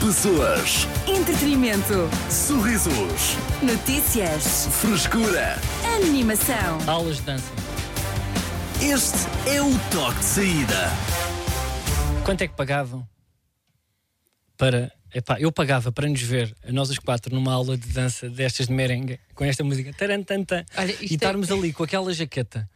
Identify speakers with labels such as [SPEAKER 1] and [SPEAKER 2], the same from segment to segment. [SPEAKER 1] Pessoas,
[SPEAKER 2] Entretenimento.
[SPEAKER 1] sorrisos,
[SPEAKER 2] Notícias.
[SPEAKER 1] frescura.
[SPEAKER 2] Animação.
[SPEAKER 3] Aulas de dança.
[SPEAKER 1] Este é o toque de saída.
[SPEAKER 3] Quanto é que pagavam para. Epá, eu pagava para nos ver, nós os quatro, numa aula de dança destas de merengue, com esta música tarantanta,
[SPEAKER 4] Olha, isto é
[SPEAKER 3] e estarmos ali com aquela jaqueta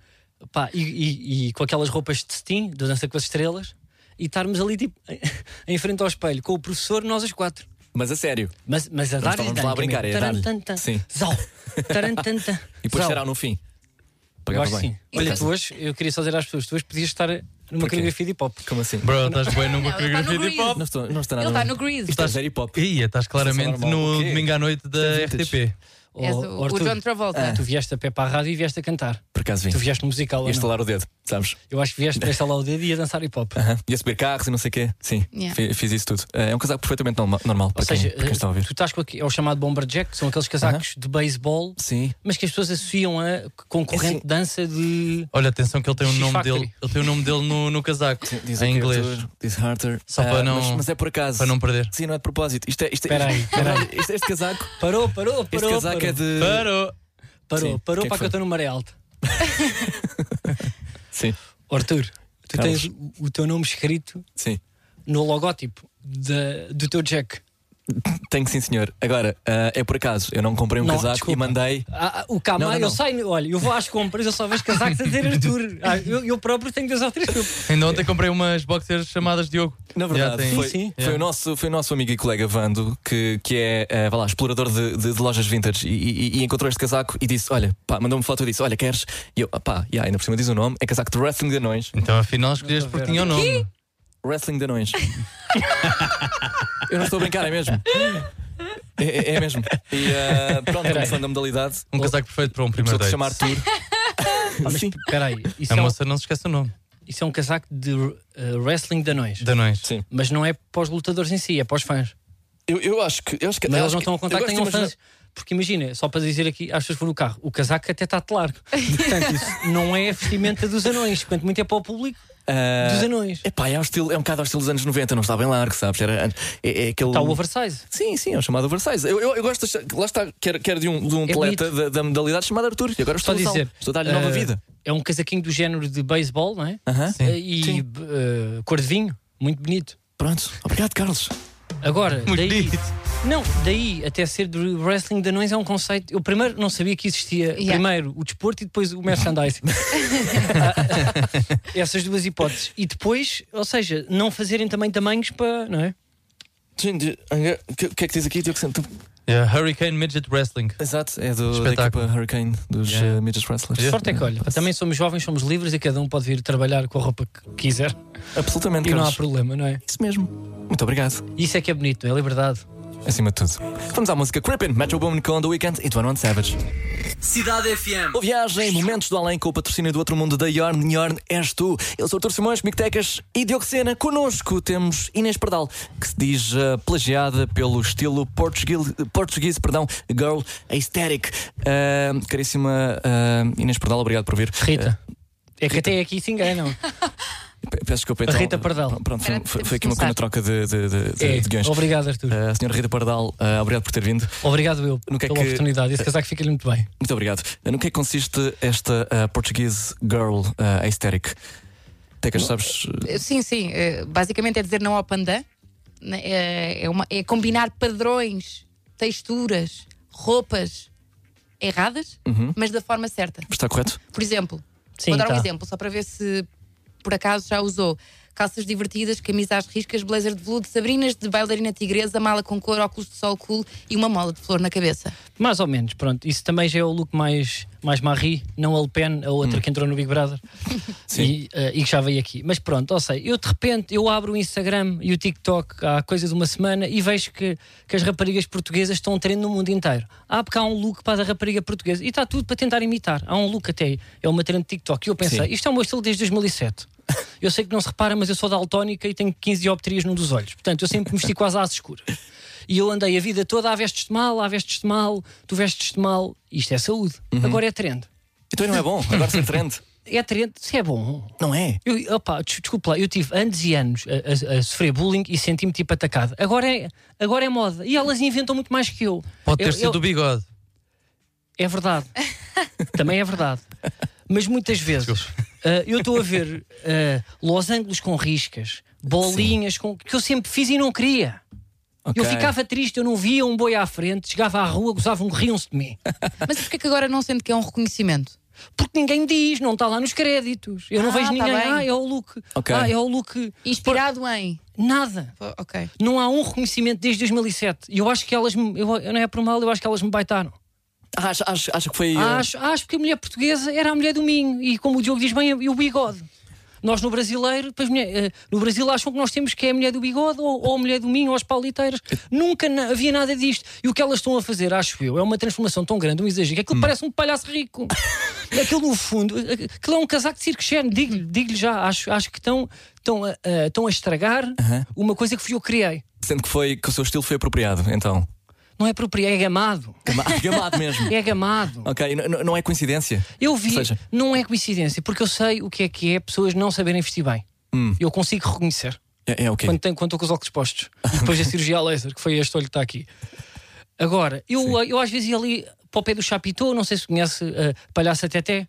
[SPEAKER 3] pá, e, e- e com aquelas roupas de steam, do Dança com as Estrelas, e estarmos ali tipo, em frente ao espelho, com o professor, nós os quatro.
[SPEAKER 5] Mas a sério.
[SPEAKER 3] Mas, mas a dar-lhe
[SPEAKER 5] estávamos lá a brincar, é a dar-lhe.
[SPEAKER 3] tarantanta,
[SPEAKER 5] Sim.
[SPEAKER 3] zau, tarantanta.
[SPEAKER 5] E depois
[SPEAKER 3] zau.
[SPEAKER 5] será no fim.
[SPEAKER 3] Eu
[SPEAKER 5] Pagava
[SPEAKER 3] acho que
[SPEAKER 5] bem.
[SPEAKER 3] sim. Olha, tu hoje, eu queria só dizer às pessoas, tu hoje podias estar numa
[SPEAKER 5] Porquê?
[SPEAKER 3] coreografia de hip hop.
[SPEAKER 5] Como assim?
[SPEAKER 6] Bro, estás bem numa
[SPEAKER 4] Não, ele tá no
[SPEAKER 6] coreografia de
[SPEAKER 4] Grease.
[SPEAKER 6] hip-hop?
[SPEAKER 5] Não estou, não estou nada.
[SPEAKER 4] Ele está
[SPEAKER 5] bem.
[SPEAKER 4] Tá no grid.
[SPEAKER 5] Isto é zero hip hop.
[SPEAKER 6] Ia, estás claramente
[SPEAKER 5] normal.
[SPEAKER 6] no
[SPEAKER 5] O quê?
[SPEAKER 6] domingo à noite da
[SPEAKER 5] Isto é vintage.
[SPEAKER 6] RTP.
[SPEAKER 3] Oh,
[SPEAKER 4] És o, o
[SPEAKER 3] Arthur, é.
[SPEAKER 4] John Travolta.
[SPEAKER 3] Tu vieste a pé para a rádio e vieste a cantar.
[SPEAKER 5] Por acaso vim.
[SPEAKER 3] Tu vieste no musical
[SPEAKER 5] Ia
[SPEAKER 3] ou não?
[SPEAKER 5] estalar o dedo, sabes?
[SPEAKER 3] Eu acho que vieste para instalar o dedo e a dançar hip hop.
[SPEAKER 5] Aham. Ia subir carros e não sei o quê. Sim,
[SPEAKER 4] Yeah.
[SPEAKER 5] fi- fiz isso tudo. Eh, É um casaco perfeitamente norma- normal
[SPEAKER 3] Ou
[SPEAKER 5] para quem,
[SPEAKER 3] seja,
[SPEAKER 5] para quem está a
[SPEAKER 3] eh,
[SPEAKER 5] ouvir.
[SPEAKER 3] tu estás com aqui, é o chamado bomberjack, que são aqueles casacos de beisebol,
[SPEAKER 5] Sim.
[SPEAKER 3] mas que as pessoas associam a concorrente
[SPEAKER 5] É
[SPEAKER 3] de dança de.
[SPEAKER 6] Olha, atenção que ele tem o
[SPEAKER 3] X
[SPEAKER 6] nome
[SPEAKER 3] Factory.
[SPEAKER 6] dele. Ele tem o nome dele no, no casaco.
[SPEAKER 5] Diz
[SPEAKER 6] em
[SPEAKER 5] o
[SPEAKER 6] inglês.
[SPEAKER 5] criador, Diz Harter.
[SPEAKER 6] Só
[SPEAKER 5] Ah,
[SPEAKER 6] para não-
[SPEAKER 5] Mas, mas é por acaso.
[SPEAKER 6] Para não perder.
[SPEAKER 5] Sim, não é de propósito. Isto é. Isto é-
[SPEAKER 3] Espera aí, espera aí.
[SPEAKER 5] Este, este casaco.
[SPEAKER 3] Parou, parou, parou.
[SPEAKER 5] Este casaco
[SPEAKER 3] parou,
[SPEAKER 5] é de.
[SPEAKER 6] Parou!
[SPEAKER 3] Parou,
[SPEAKER 5] Sim,
[SPEAKER 3] parou
[SPEAKER 5] quem é
[SPEAKER 3] para que
[SPEAKER 5] que foi?
[SPEAKER 3] eu estou no maré alta.
[SPEAKER 5] Sim,
[SPEAKER 3] Arthur, tu
[SPEAKER 5] Carlos.
[SPEAKER 3] tens o- o teu nome escrito
[SPEAKER 5] sim.
[SPEAKER 3] no logótipo da- do teu jack.
[SPEAKER 5] Tenho sim, senhor. Agora, ah, é por acaso. Eu não comprei um
[SPEAKER 3] Não,
[SPEAKER 5] casaco
[SPEAKER 3] desculpa.
[SPEAKER 5] e mandei.
[SPEAKER 3] Ah, ah, o Camar,
[SPEAKER 5] Não, não,
[SPEAKER 3] eu
[SPEAKER 5] não.
[SPEAKER 3] saio, olha, eu vou às compras, eu só vejo casacos a dizer Arthur. Ah, eu, eu próprio tenho dois ou três que eu-
[SPEAKER 6] Ainda ontem comprei umas boxers chamadas Diogo.
[SPEAKER 5] Na verdade,
[SPEAKER 6] Já tem-
[SPEAKER 5] foi,
[SPEAKER 3] Sim, sim.
[SPEAKER 5] foi o nosso, foi o nosso amigo e colega Vando, que, que é eh, vá lá, explorador de, de- de lojas vintage, e, e- e encontrou este casaco e disse: Olha, pá, mandou-me foto e disse: Olha, queres? E eu, "Ah, pá, yeah, ainda por cima diz o nome, é casaco de Wrestling Danões.
[SPEAKER 6] Então afinal escolheste porque tinha o nome.
[SPEAKER 5] Wrestling Danões. eu não estou a brincar, é mesmo. É, é- é mesmo. E eh, pronto, começando a modalidade,
[SPEAKER 6] Um casaco perfeito para um primeiro
[SPEAKER 5] começou a
[SPEAKER 6] date.
[SPEAKER 5] chamar Tour.
[SPEAKER 3] Ah, mas
[SPEAKER 5] Sim.
[SPEAKER 3] espera aí, isso,
[SPEAKER 6] A
[SPEAKER 3] é um,
[SPEAKER 6] moça não se esquece o nome.
[SPEAKER 3] isso é um casaco de eh, wrestling danões.
[SPEAKER 6] Danões.
[SPEAKER 5] Sim.
[SPEAKER 3] Mas não é para os lutadores em si, é para os fãs.
[SPEAKER 5] Eu, eu acho que. Eu acho que
[SPEAKER 3] Mas
[SPEAKER 5] eu
[SPEAKER 3] eles
[SPEAKER 5] acho
[SPEAKER 3] não estão a contar
[SPEAKER 5] eu
[SPEAKER 3] que
[SPEAKER 5] gosto de
[SPEAKER 3] tenham
[SPEAKER 5] imaginar-
[SPEAKER 3] fãs. Porque imagina, só para dizer aqui, às pessoas que vão no carro, o casaco até está de largo. Portanto, isso não é a vestimenta dos anões, quanto muito é para o público
[SPEAKER 5] Ah,
[SPEAKER 3] dos anões.
[SPEAKER 5] Epá, é, ao estilo, é um bocado ao estilo dos anos 90, não está bem largo, sabes? Era, é, é aquele.
[SPEAKER 3] Está o oversize.
[SPEAKER 5] Sim, sim, é um chamado oversize. Eu, eu, eu gosto, de, achar- lá está, quero, quero de um, de um
[SPEAKER 3] É
[SPEAKER 5] atleta da, da modalidade chamada Arthur. E agora
[SPEAKER 3] Só
[SPEAKER 5] estou a
[SPEAKER 3] dizer.
[SPEAKER 5] dizer, estou a dar-lhe nova
[SPEAKER 3] eh,
[SPEAKER 5] vida.
[SPEAKER 3] É um casaquinho do género de beisebol, não é?
[SPEAKER 5] Aham.
[SPEAKER 6] Sim.
[SPEAKER 3] Eh, E eh, cor de vinho, muito bonito.
[SPEAKER 5] Pronto, obrigado, Carlos.
[SPEAKER 3] Agora,
[SPEAKER 6] Muito
[SPEAKER 3] daí,
[SPEAKER 6] bonito.
[SPEAKER 3] Não, daí até ser do wrestling de anões é um conceito. Eu primeiro não sabia que existia
[SPEAKER 4] Yeah.
[SPEAKER 3] primeiro o desporto e depois o merchandising. Essas duas hipóteses. E depois, ou seja, não fazerem também tamanhos para. Não é?
[SPEAKER 5] Gente, O que, o que é que diz aqui, Diogo Santos?
[SPEAKER 6] Yeah, É Hurricane Midget Wrestling.
[SPEAKER 5] Exato, é do, da
[SPEAKER 6] Espetáculo.
[SPEAKER 5] equipa Hurricane dos
[SPEAKER 6] Yeah.
[SPEAKER 5] eh, Midget Wrestlers.
[SPEAKER 6] Yeah.
[SPEAKER 3] Sorte é que olha, também somos jovens, somos livres e cada um pode vir trabalhar com a roupa que quiser
[SPEAKER 5] Absolutamente,
[SPEAKER 3] e não há
[SPEAKER 5] Carlos.
[SPEAKER 3] problema, não é?
[SPEAKER 5] Isso mesmo. Muito obrigado,
[SPEAKER 3] Isso é que é bonito, não é liberdade.
[SPEAKER 5] acima de tudo. Vamos à música Crippin, Metro Boomin com The Weeknd e 21 Savage.
[SPEAKER 1] Cidade FM.
[SPEAKER 5] Boa viagem, momentos do além com o patrocínio do outro mundo da Yorn. Yorn és tu. Eu sou Artur Simões, Mictecas e Diocena. Connosco temos Inês Pardal, que se diz eh, plagiada pelo estilo portuguil- português, perdão, girl aesthetic. Eh, caríssima eh, Inês Pardal, obrigado por vir.
[SPEAKER 3] Rita. É que até aqui se enganam.
[SPEAKER 5] Eh, pe- peço desculpa então.
[SPEAKER 3] Rita Pardal.
[SPEAKER 5] Pr- Pronto, foi,
[SPEAKER 4] Era-
[SPEAKER 5] foi-
[SPEAKER 4] temos
[SPEAKER 5] foi aqui uma,
[SPEAKER 4] de começar.
[SPEAKER 5] uma troca de, de, de, de,
[SPEAKER 3] É,
[SPEAKER 5] de ganchos.
[SPEAKER 3] obrigado, Arthur.
[SPEAKER 5] Eh, senhora Rita Pardal, eh, obrigado por ter vindo.
[SPEAKER 3] Obrigado eu
[SPEAKER 5] No que é
[SPEAKER 3] pela
[SPEAKER 5] que-
[SPEAKER 3] oportunidade. Esse casaco fica-lhe muito bem.
[SPEAKER 5] Muito obrigado. Eh, No que é que consiste esta eh, portuguese girl eh, aesthetic? Tecas, sabes? eh,
[SPEAKER 4] Sim, sim. eh, Basicamente é dizer não ao pandã. Né, É, é uma- é combinar padrões, texturas, roupas erradas, mas da forma certa.
[SPEAKER 5] Está correto?
[SPEAKER 4] Por exemplo,
[SPEAKER 3] Sim,
[SPEAKER 4] vou dar um
[SPEAKER 3] tá.
[SPEAKER 4] exemplo, só para ver se por acaso já usou. Calças divertidas, camisa às riscas, blazer de veludo, sabrinas de bailarina tigresa, mala com cor, óculos de sol cool e uma mola de flor na cabeça.
[SPEAKER 3] Mais ou menos, pronto. Isso também já é o look mais, mais Marie, não a Le Pen, a outra que entrou no Big Brother E, eh, e que já veio aqui. Mas pronto, ou sei, eu de repente eu abro o Instagram e o TikTok há coisa de uma semana e vejo que, que as raparigas portuguesas estão treinando no mundo inteiro. Ah, porque há um look para a rapariga portuguesa e está tudo para tentar imitar. Há um look até, é uma trend de TikTok. E eu pensei,
[SPEAKER 5] Sim.
[SPEAKER 3] isto é o meu estilo desde 2007. Eu sei que não se repara, mas eu sou daltónica e tenho 15 dioptrias num dos olhos. Portanto, eu sempre me vesti quase às escuras. E eu andei a vida toda, há vestes de mal, há vestes de mal, tu vestes de mal. Isto é saúde. Agora é trend.
[SPEAKER 5] Então não é bom, agora se trend.
[SPEAKER 3] é atraente, se é bom.
[SPEAKER 5] Não é?
[SPEAKER 3] Eu, opa, des- desculpa lá, eu tive anos e anos a, a- a sofrer bullying e senti-me tipo atacado. Agora é, agora é moda. E elas inventam muito mais que eu.
[SPEAKER 6] Pode ter
[SPEAKER 3] Eu-
[SPEAKER 6] sido
[SPEAKER 3] eu-
[SPEAKER 6] o bigode.
[SPEAKER 3] É verdade. Também é verdade. Mas muitas vezes ah, eu estou a ver ah, losângulos com riscas, bolinhas com, que eu sempre fiz e não queria. Eu
[SPEAKER 5] Ok.
[SPEAKER 3] ficava triste, eu não via um boi à frente, chegava à rua, um gozavam, riam-se de mim.
[SPEAKER 4] Mas porquê que agora não sente que é um reconhecimento?
[SPEAKER 3] Porque ninguém diz, não está lá nos créditos. Eu não
[SPEAKER 4] Ah,
[SPEAKER 3] vejo
[SPEAKER 4] tá
[SPEAKER 3] ninguém.
[SPEAKER 4] bem.
[SPEAKER 3] ah, é o look.
[SPEAKER 5] Ok.
[SPEAKER 3] Ah, é o look.
[SPEAKER 4] Inspirado em.
[SPEAKER 3] Nada.
[SPEAKER 4] Pô, Ok.
[SPEAKER 3] Não há um reconhecimento desde 2007. E eu acho que elas me. Eu, não é por mal, eu acho que elas me baitaram.
[SPEAKER 5] Acho, acho, acho que foi. eh,
[SPEAKER 3] Acho, acho que a mulher portuguesa era a mulher do Minho. E como o Diogo diz bem, e o bigode. Nós no brasileiro, depois, mulher- eh, no Brasil acham que nós temos que é a mulher do bigode ou, ou a mulher do Minho ou as pauliteiras. Nunca na- havia nada disto. E o que elas estão a fazer, acho eu, é uma transformação tão grande, um exagero. que Aquilo parece um palhaço rico. Aquilo no fundo, eh, aquilo é um casaco de circo cheio. Digo-lhe digo-lhe já, acho, acho que estão, estão, a, a- estão a estragar uma coisa que fui eu que criei.
[SPEAKER 5] Sendo que, foi, que o seu estilo foi apropriado, então.
[SPEAKER 3] Não é apropriado, é gamado.
[SPEAKER 5] Gama- Gamado mesmo.
[SPEAKER 3] É gamado.
[SPEAKER 5] Ok, e n- n- não é coincidência?
[SPEAKER 3] Eu vi,
[SPEAKER 5] Ou seja-
[SPEAKER 3] não é coincidência, porque eu sei o que é que é pessoas não saberem vestir bem.
[SPEAKER 5] Hum.
[SPEAKER 3] Eu consigo reconhecer
[SPEAKER 5] É, é o quê?
[SPEAKER 3] quando tenho- quando estou com os óculos postos. E depois a cirurgia a laser, que foi este olho que está aqui. Agora, eu, eu às vezes ia ali para o pé do Chapitou, não sei se conhece eh, a Palhaça Teté.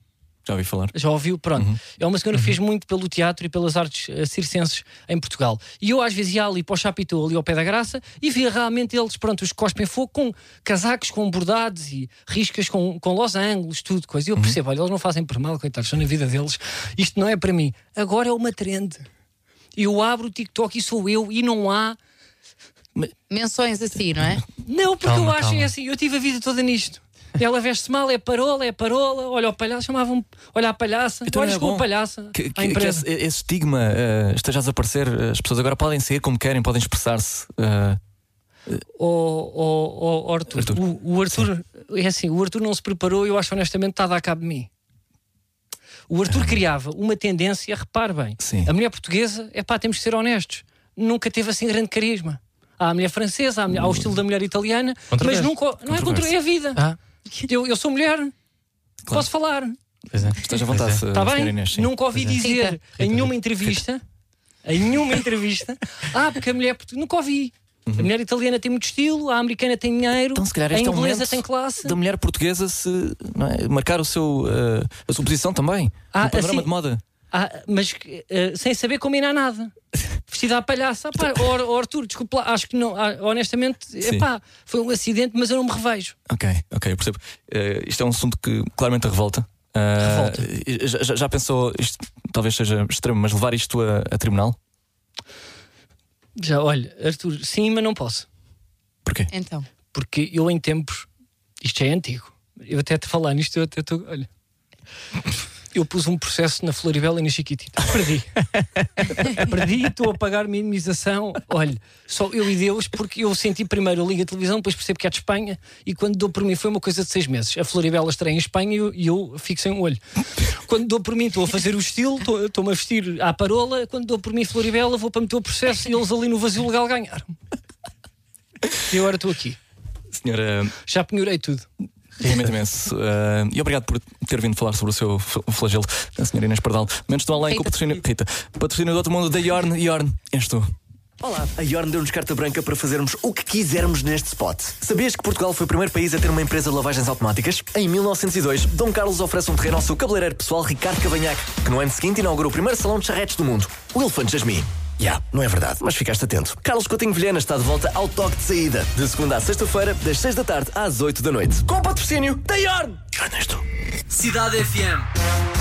[SPEAKER 5] Já ouvi falar.
[SPEAKER 3] Já ouviu? Pronto.
[SPEAKER 5] Uhum.
[SPEAKER 3] É uma senhora que fez muito pelo teatro e pelas artes eh, circenses em Portugal. E eu às vezes ia ali para o Chapitou, ali ao pé da graça, e via realmente eles, pronto, os que cospem fogo com casacos, com bordados e riscas com, com losangos, tudo, coisa. E
[SPEAKER 5] Uhum.
[SPEAKER 3] eu percebo, olha, eles não fazem por mal, coitados, estão na vida deles. Isto não é para mim. Agora é uma trend. Eu abro o TikTok e sou eu, e não há.
[SPEAKER 4] Menções assim, não é?
[SPEAKER 3] Não, porque
[SPEAKER 6] Calma,
[SPEAKER 3] eu acho
[SPEAKER 6] calma.
[SPEAKER 3] é assim, eu tive a vida toda nisto. Ela veste-se mal, é parola, é parola. Olha o palhaço, chamavam olha a palhaça.
[SPEAKER 5] Então
[SPEAKER 3] olha,
[SPEAKER 5] não é
[SPEAKER 3] chegou
[SPEAKER 5] bom
[SPEAKER 3] a palhaça.
[SPEAKER 5] Que, que-
[SPEAKER 3] à
[SPEAKER 5] que
[SPEAKER 3] empresa.
[SPEAKER 5] esse, esse estigma eh, esteja a desaparecer, eh, as pessoas agora podem ser como querem, podem expressar-se. eh,
[SPEAKER 3] Oh, oh, oh, Arthur,
[SPEAKER 5] Arthur.
[SPEAKER 3] O, o Arthur é assim, o Arthur não se preparou, eu acho honestamente está a dar cabo de mim. O Arthur criava uma tendência, repare bem,
[SPEAKER 5] Sim.
[SPEAKER 3] a mulher portuguesa é pá, temos que ser honestos, nunca teve assim grande carisma. Há a mulher francesa, há, a mulher- há o estilo da mulher italiana, mas
[SPEAKER 6] Controvérsia.
[SPEAKER 3] nunca. Não é contra, é a vida.
[SPEAKER 6] Ah,
[SPEAKER 3] Eu, eu sou mulher, posso falar,
[SPEAKER 6] pois é.
[SPEAKER 5] esteja à vontade,
[SPEAKER 6] Pois é.
[SPEAKER 5] eh,
[SPEAKER 3] está
[SPEAKER 5] senhora
[SPEAKER 3] Tá bem?
[SPEAKER 5] Inês, sim.
[SPEAKER 3] nunca ouvi dizer
[SPEAKER 4] Rita.
[SPEAKER 3] em nenhuma entrevista, em nenhuma entrevista, ah, porque a mulher portuguesa. Nunca ouvi. A mulher italiana tem muito estilo, a americana tem dinheiro,
[SPEAKER 5] Então, se calhar
[SPEAKER 3] a
[SPEAKER 5] este é o
[SPEAKER 3] inglesa
[SPEAKER 5] momento
[SPEAKER 3] tem classe.
[SPEAKER 5] Da mulher portuguesa se não é, marcar o seu, eh, a sua posição também.
[SPEAKER 3] Ah,
[SPEAKER 5] no panorama
[SPEAKER 3] assim-
[SPEAKER 5] de moda.
[SPEAKER 3] Ah, mas que, eh, sem saber combinar nada. Vestida à palhaça. Ah, pá, ó, ó, Arthur, desculpa lá, acho que não. ah, honestamente,
[SPEAKER 5] Sim.
[SPEAKER 3] epá, foi um acidente, mas eu não me revejo.
[SPEAKER 5] Ok, ok, eu percebo. Eh, isto é um assunto que claramente a revolta. Ah,
[SPEAKER 3] Revolta.
[SPEAKER 5] eh, já- já, já pensou, isto talvez seja extremo, mas levar isto a, a tribunal?
[SPEAKER 3] Já, olha, Arthur, sim, mas não posso.
[SPEAKER 5] Porquê?
[SPEAKER 4] Então.
[SPEAKER 3] Porque eu em tempos, isto é antigo. Eu até te falar nisto, eu até estou. Olha. Eu pus um processo na Floribela e na Chiquitita. Perdi. Perdi, estou a pagar minimização. Olha, só eu e Deus, porque eu senti primeiro a Liga de Televisão, depois percebo que é de Espanha, e quando dou por mim foi uma coisa de seis meses. A Floribela estreia em Espanha e eu, e eu fico sem um olho. Quando dou por mim, estou a fazer o estilo, estou- estou-me a vestir à parola. Quando dou por mim Floribela, vou para meter o processo e eles ali no vazio legal ganharam. E agora estou aqui.
[SPEAKER 5] Senhora,
[SPEAKER 3] Já penhorei tudo.
[SPEAKER 5] realmente imenso. Ah, e obrigado por ter vindo falar sobre o seu fl- flagelo, a senhora Inês Pardal. Menos tão além com o
[SPEAKER 4] Rita.
[SPEAKER 5] patrocínio. Rita, patrocínio do outro mundo da Yorn. Yorn, és tu.
[SPEAKER 1] Olá, a Yorn deu-nos carta branca para fazermos o que quisermos neste spot.
[SPEAKER 5] Sabias que Portugal foi o primeiro país a ter uma empresa de lavagens automáticas? Em 1902, Dom Carlos oferece um terreno ao seu cabeleireiro pessoal Ricardo Cavanhaque, que no ano seguinte inaugura o primeiro salão de charretes do mundo, o Elefante Jasmine.
[SPEAKER 1] Já, não é verdade, mas ficaste atento.
[SPEAKER 5] Carlos Coutinho Vilhena está de volta ao toque de saída, de segunda à sexta-feira, das seis da tarde às oito da noite. Com o patrocínio da Yorn! Ernesto.
[SPEAKER 1] Cidade FM.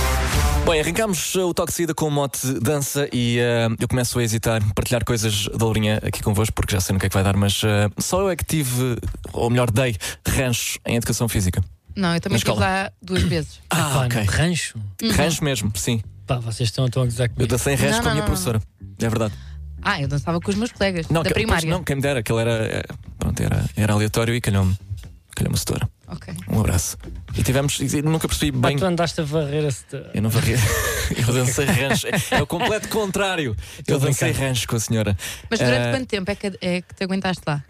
[SPEAKER 5] Bem, arrancámos uh, o toque de saída com o mote dança e uh, eu começo a hesitar partilhar coisas da Lourinha aqui convosco porque já sei no que é que vai dar, mas uh, só eu é que tive, ou melhor, dei rancho em educação física.
[SPEAKER 4] Não, eu também
[SPEAKER 5] Na
[SPEAKER 4] estive
[SPEAKER 5] escola.
[SPEAKER 4] lá duas vezes.
[SPEAKER 5] Ah,
[SPEAKER 3] Pá, no rancho?
[SPEAKER 5] Rancho mesmo, sim.
[SPEAKER 3] Pá, vocês estão, estão a gozar
[SPEAKER 5] Eu
[SPEAKER 3] comigo.
[SPEAKER 5] dancei rancho
[SPEAKER 4] Uhum.
[SPEAKER 5] com
[SPEAKER 4] Não,
[SPEAKER 5] a
[SPEAKER 4] não,
[SPEAKER 5] minha
[SPEAKER 4] não,
[SPEAKER 5] professora. É verdade.
[SPEAKER 4] Ah, eu dançava com os meus colegas da
[SPEAKER 5] que- eh, pois,
[SPEAKER 4] primária.
[SPEAKER 5] não, quem me dera, aquele era. é, Pronto, era, era aleatório e calhou-me. Calhou-me a setora.
[SPEAKER 4] Ok.
[SPEAKER 5] Um abraço. E tivemos. e nunca percebi
[SPEAKER 3] Pá,
[SPEAKER 5] bem.
[SPEAKER 3] tu andaste a varrer esse.
[SPEAKER 5] Eu não varri. Eu dancei rancho. É o completo contrário. Eu dancei rancho com a senhora.
[SPEAKER 4] Mas durante
[SPEAKER 5] Ah,
[SPEAKER 4] quanto tempo é que, é que te aguentaste lá?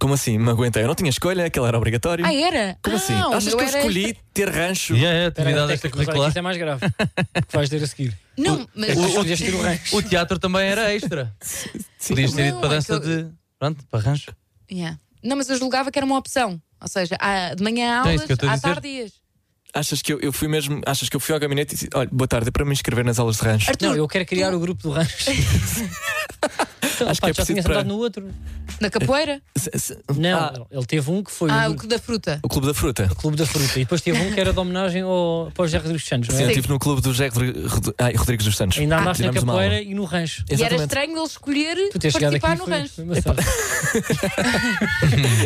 [SPEAKER 5] Como assim? Me aguentei. Eu não tinha escolha, aquilo era obrigatório.
[SPEAKER 4] Ah, era?
[SPEAKER 5] Como
[SPEAKER 4] ah,
[SPEAKER 5] assim?
[SPEAKER 4] o
[SPEAKER 5] Achas
[SPEAKER 4] meu
[SPEAKER 5] que eu
[SPEAKER 4] era-
[SPEAKER 5] escolhi ter rancho?
[SPEAKER 6] Yeah, é,
[SPEAKER 3] Espera aí,
[SPEAKER 6] atividade
[SPEAKER 3] técnico, mas olha,
[SPEAKER 6] extracurricular.
[SPEAKER 3] Isso é mais grave. O que vais ter a seguir? É
[SPEAKER 4] Não, mas.
[SPEAKER 3] O- Escolhias ter o rancho.
[SPEAKER 6] O teatro também era extra. Podias ter ido
[SPEAKER 4] Não,
[SPEAKER 6] para a dança
[SPEAKER 4] é que eu-
[SPEAKER 6] de. Pronto, para rancho.
[SPEAKER 4] Yeah. Não, mas eu julgava que era uma opção. Ou seja, há- de manhã há
[SPEAKER 6] É
[SPEAKER 4] aulas,
[SPEAKER 6] isso que eu estou a
[SPEAKER 4] à
[SPEAKER 6] dizer.
[SPEAKER 4] tarde ias.
[SPEAKER 5] Achas que eu, eu fui mesmo. Achas que eu fui ao gabinete e disse: Olha, boa tarde, é para me inscrever nas aulas de rancho.
[SPEAKER 4] Arthur,
[SPEAKER 3] Não, eu quero criar o grupo do rancho. Então,
[SPEAKER 5] Acho
[SPEAKER 3] pá,
[SPEAKER 5] que
[SPEAKER 3] já
[SPEAKER 5] é preciso
[SPEAKER 3] tinha
[SPEAKER 5] para-
[SPEAKER 3] sentado no outro.
[SPEAKER 4] na capoeira?
[SPEAKER 5] Se- se-
[SPEAKER 3] Não,
[SPEAKER 5] Ah,
[SPEAKER 3] não, ele teve um que foi
[SPEAKER 4] Ah,
[SPEAKER 3] o
[SPEAKER 4] o que da fruta.
[SPEAKER 5] o Clube da Fruta.
[SPEAKER 3] Clube da Fruta. E depois teve um que era de homenagem ao, para o José Rodrigues dos Santos, não
[SPEAKER 5] Sim, eu
[SPEAKER 3] é?
[SPEAKER 5] estive no Clube do Jack Rodri- Rod- ai, Rodrigues dos Santos. Ah,
[SPEAKER 3] Ainda andaste na
[SPEAKER 5] Tivemos uma
[SPEAKER 3] capoeira
[SPEAKER 5] aula.
[SPEAKER 3] e no rancho.
[SPEAKER 4] E era
[SPEAKER 5] Exatamente.
[SPEAKER 4] estranho ele escolher
[SPEAKER 3] Tu tens chegado
[SPEAKER 4] participar
[SPEAKER 3] aqui
[SPEAKER 4] no
[SPEAKER 3] foi-
[SPEAKER 4] rancho.
[SPEAKER 3] foi uma sorte.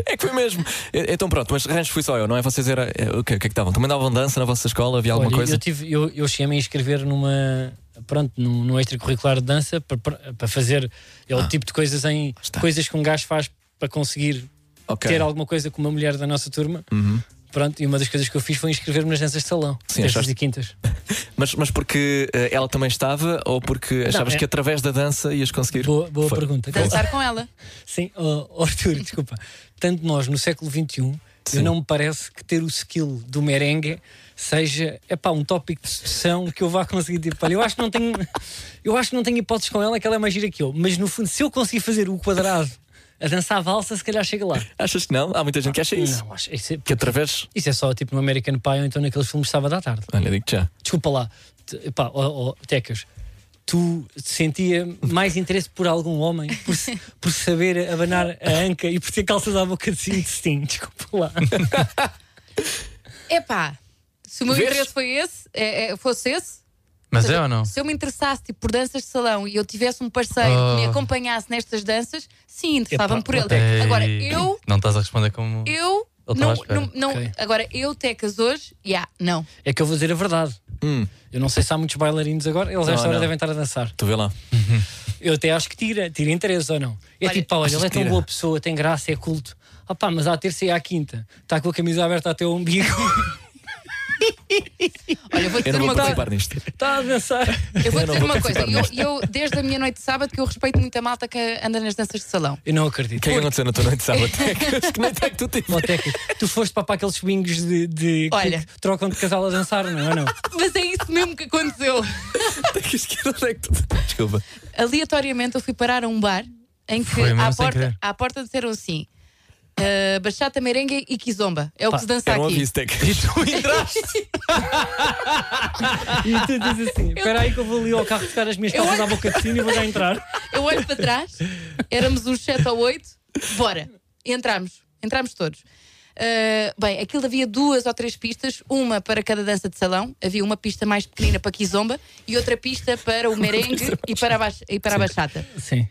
[SPEAKER 5] É que foi mesmo. E- Então pronto, mas rancho fui só eu, não é? Vocês era. é, O que, o que é que estavam? Também davam dança na vossa escola? Havia alguma
[SPEAKER 3] Olha,
[SPEAKER 5] coisa?
[SPEAKER 3] Eu, tive, eu, eu cheguei-me a inscrever numa. Pronto, num, num extracurricular de dança para- para para fazer. É o tipo de coisas em.
[SPEAKER 5] Ah. está.
[SPEAKER 3] Coisas que um gajo faz para conseguir
[SPEAKER 5] Ok. Uhum.
[SPEAKER 3] ter alguma coisa com uma mulher da nossa turma. Pronto, e uma das coisas que eu fiz foi inscrever-me nas danças de salão.
[SPEAKER 5] Sim,
[SPEAKER 3] terças
[SPEAKER 5] achaste-
[SPEAKER 3] e quintas.
[SPEAKER 5] Mas, mas porque eh, ela também estava ou porque achavas
[SPEAKER 3] é-
[SPEAKER 5] que através da dança ias conseguir?
[SPEAKER 3] Boa, boa
[SPEAKER 5] Foi.
[SPEAKER 3] pergunta.
[SPEAKER 4] Dançar com ela.
[SPEAKER 3] Sim, oh, oh, Arthur, desculpa. Tanto nós, no século XXI,
[SPEAKER 5] Sim.
[SPEAKER 3] eu não me parece que ter o skill do merengue seja epá, um tópico de discussão que eu vá conseguir tipo, olha, eu acho que não tenho eu acho que não tenho hipóteses com ela, que ela é mais gira que eu, mas no fundo, se eu conseguir fazer o quadrado a dançar a valsa, se calhar chega lá.
[SPEAKER 5] Achas que não? Há muita gente que acha isso.
[SPEAKER 3] Não, acho isso é,
[SPEAKER 5] Que através.
[SPEAKER 3] isso é só tipo no American Pie ou então naqueles filmes de sábado à tarde.
[SPEAKER 5] Olha, digo já.
[SPEAKER 3] Desculpa lá, te- epá, oh, oh, Tecas. Tu sentia mais interesse por algum homem, por, se- por saber abanar a anca e por ter calças à boca de cinto de steam, desculpa lá.
[SPEAKER 4] Epá, se o meu
[SPEAKER 5] Vês?
[SPEAKER 4] interesse foi esse, é- é- fosse esse,
[SPEAKER 6] Mas é ou não?
[SPEAKER 4] se eu me interessasse tipo, por danças de salão e eu tivesse um parceiro que me
[SPEAKER 6] Oh.
[SPEAKER 4] acompanhasse nestas danças, sim, interessava-me
[SPEAKER 3] Epá,
[SPEAKER 4] por ele.
[SPEAKER 6] Ei,
[SPEAKER 4] Agora, eu,
[SPEAKER 6] Não estás a responder como.
[SPEAKER 4] eu.
[SPEAKER 6] Ele estava
[SPEAKER 4] Não,
[SPEAKER 6] à espera.
[SPEAKER 4] não, não-
[SPEAKER 3] Ok.
[SPEAKER 4] Agora, eu, Tecas, hoje, já, não.
[SPEAKER 3] É que eu vou dizer a verdade. Eu não sei se há muitos bailarinos agora, eles a esta
[SPEAKER 5] Hum. Não,
[SPEAKER 3] hora
[SPEAKER 5] não.
[SPEAKER 3] devem estar a dançar.
[SPEAKER 5] Tu vê lá.
[SPEAKER 3] Eu até acho que tira, tira interesse ou não. É
[SPEAKER 4] Olha,
[SPEAKER 3] tipo, pá, olha, ele é
[SPEAKER 5] que
[SPEAKER 3] tão
[SPEAKER 5] tira?
[SPEAKER 3] boa pessoa, tem graça, é culto. Ah pá, mas à terça e à quinta está com a camisa aberta até o umbigo,
[SPEAKER 4] Olha, vou
[SPEAKER 5] Eu
[SPEAKER 4] dizer
[SPEAKER 5] não vou
[SPEAKER 4] uma coisa.
[SPEAKER 5] participar nisto.
[SPEAKER 3] está a dançar.
[SPEAKER 4] Eu vou
[SPEAKER 5] Eu não
[SPEAKER 4] dizer
[SPEAKER 5] vou
[SPEAKER 4] uma coisa.
[SPEAKER 5] participar
[SPEAKER 4] Eu, eu, desde a minha noite de sábado, que eu respeito muito a malta que anda nas danças de salão.
[SPEAKER 3] Eu não
[SPEAKER 5] O
[SPEAKER 3] acredito.
[SPEAKER 5] que é que aconteceu na tua noite de sábado? que noite é que tu tiveste?
[SPEAKER 3] Ó, Tecas, tu foste para, para aqueles swings de, de
[SPEAKER 4] Olha.
[SPEAKER 3] que trocam de casal a dançar, não é? Não?
[SPEAKER 4] Mas é isso mesmo que aconteceu.
[SPEAKER 5] Onde é que tu- Desculpa.
[SPEAKER 4] aleatoriamente eu fui parar a um bar em que
[SPEAKER 6] Foi mesmo
[SPEAKER 4] à
[SPEAKER 6] sem
[SPEAKER 4] porta,
[SPEAKER 6] querer.
[SPEAKER 4] à porta disseram assim: uh, Bachata, merengue e Kizomba. É o
[SPEAKER 3] Pá,
[SPEAKER 4] que se dança
[SPEAKER 5] Era um
[SPEAKER 4] aqui.
[SPEAKER 5] aviso, Tec. E tu entraste.
[SPEAKER 3] E tu dizes assim: espera aí que eu vou ali ao carro buscar as minhas
[SPEAKER 4] Eu
[SPEAKER 3] calças
[SPEAKER 4] olho-
[SPEAKER 3] à boca de sino e vou já entrar.
[SPEAKER 4] Eu olho para trás, éramos uns 7 ou 8, bora. E entramos, entramos todos. Uh, bem, aquilo havia duas ou três pistas, uma para cada dança de salão, havia uma pista mais pequenina para Kizomba e outra pista para o merengue e para a, bach- e para a bachata.
[SPEAKER 3] Sim.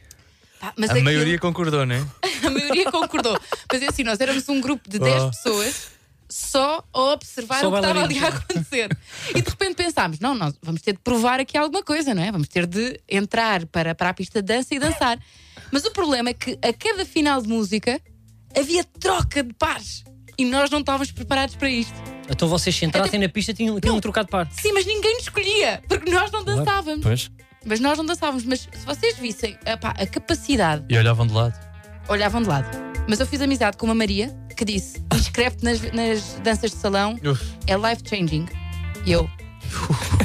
[SPEAKER 4] Pá, mas
[SPEAKER 6] A
[SPEAKER 4] aquilo-
[SPEAKER 6] maioria concordou, não é?
[SPEAKER 4] A maioria concordou. Mas é assim, nós éramos um grupo de 10
[SPEAKER 6] Oh.
[SPEAKER 4] pessoas só a observar
[SPEAKER 3] Só
[SPEAKER 4] o que estava ali a
[SPEAKER 3] bailarinos.
[SPEAKER 4] acontecer. E de repente pensámos: não, nós vamos ter de provar aqui alguma coisa, não é? Vamos ter de entrar para, para a pista de dança e dançar. Mas o problema é que a cada final de música havia troca de pares. E nós não estávamos preparados para isto.
[SPEAKER 3] Então vocês se entrassem na pista tinham, tinham um trocado de par.
[SPEAKER 4] Sim, mas ninguém nos escolhia, porque nós não dançávamos.
[SPEAKER 5] Pois.
[SPEAKER 4] Mas nós não dançávamos. Mas se vocês vissem epá, a capacidade
[SPEAKER 6] E olhavam de lado.
[SPEAKER 4] olhavam de lado. Mas eu fiz amizade com uma Maria que disse: inscreve-te nas, nas danças de salão,
[SPEAKER 6] Uf.
[SPEAKER 4] é life changing. E eu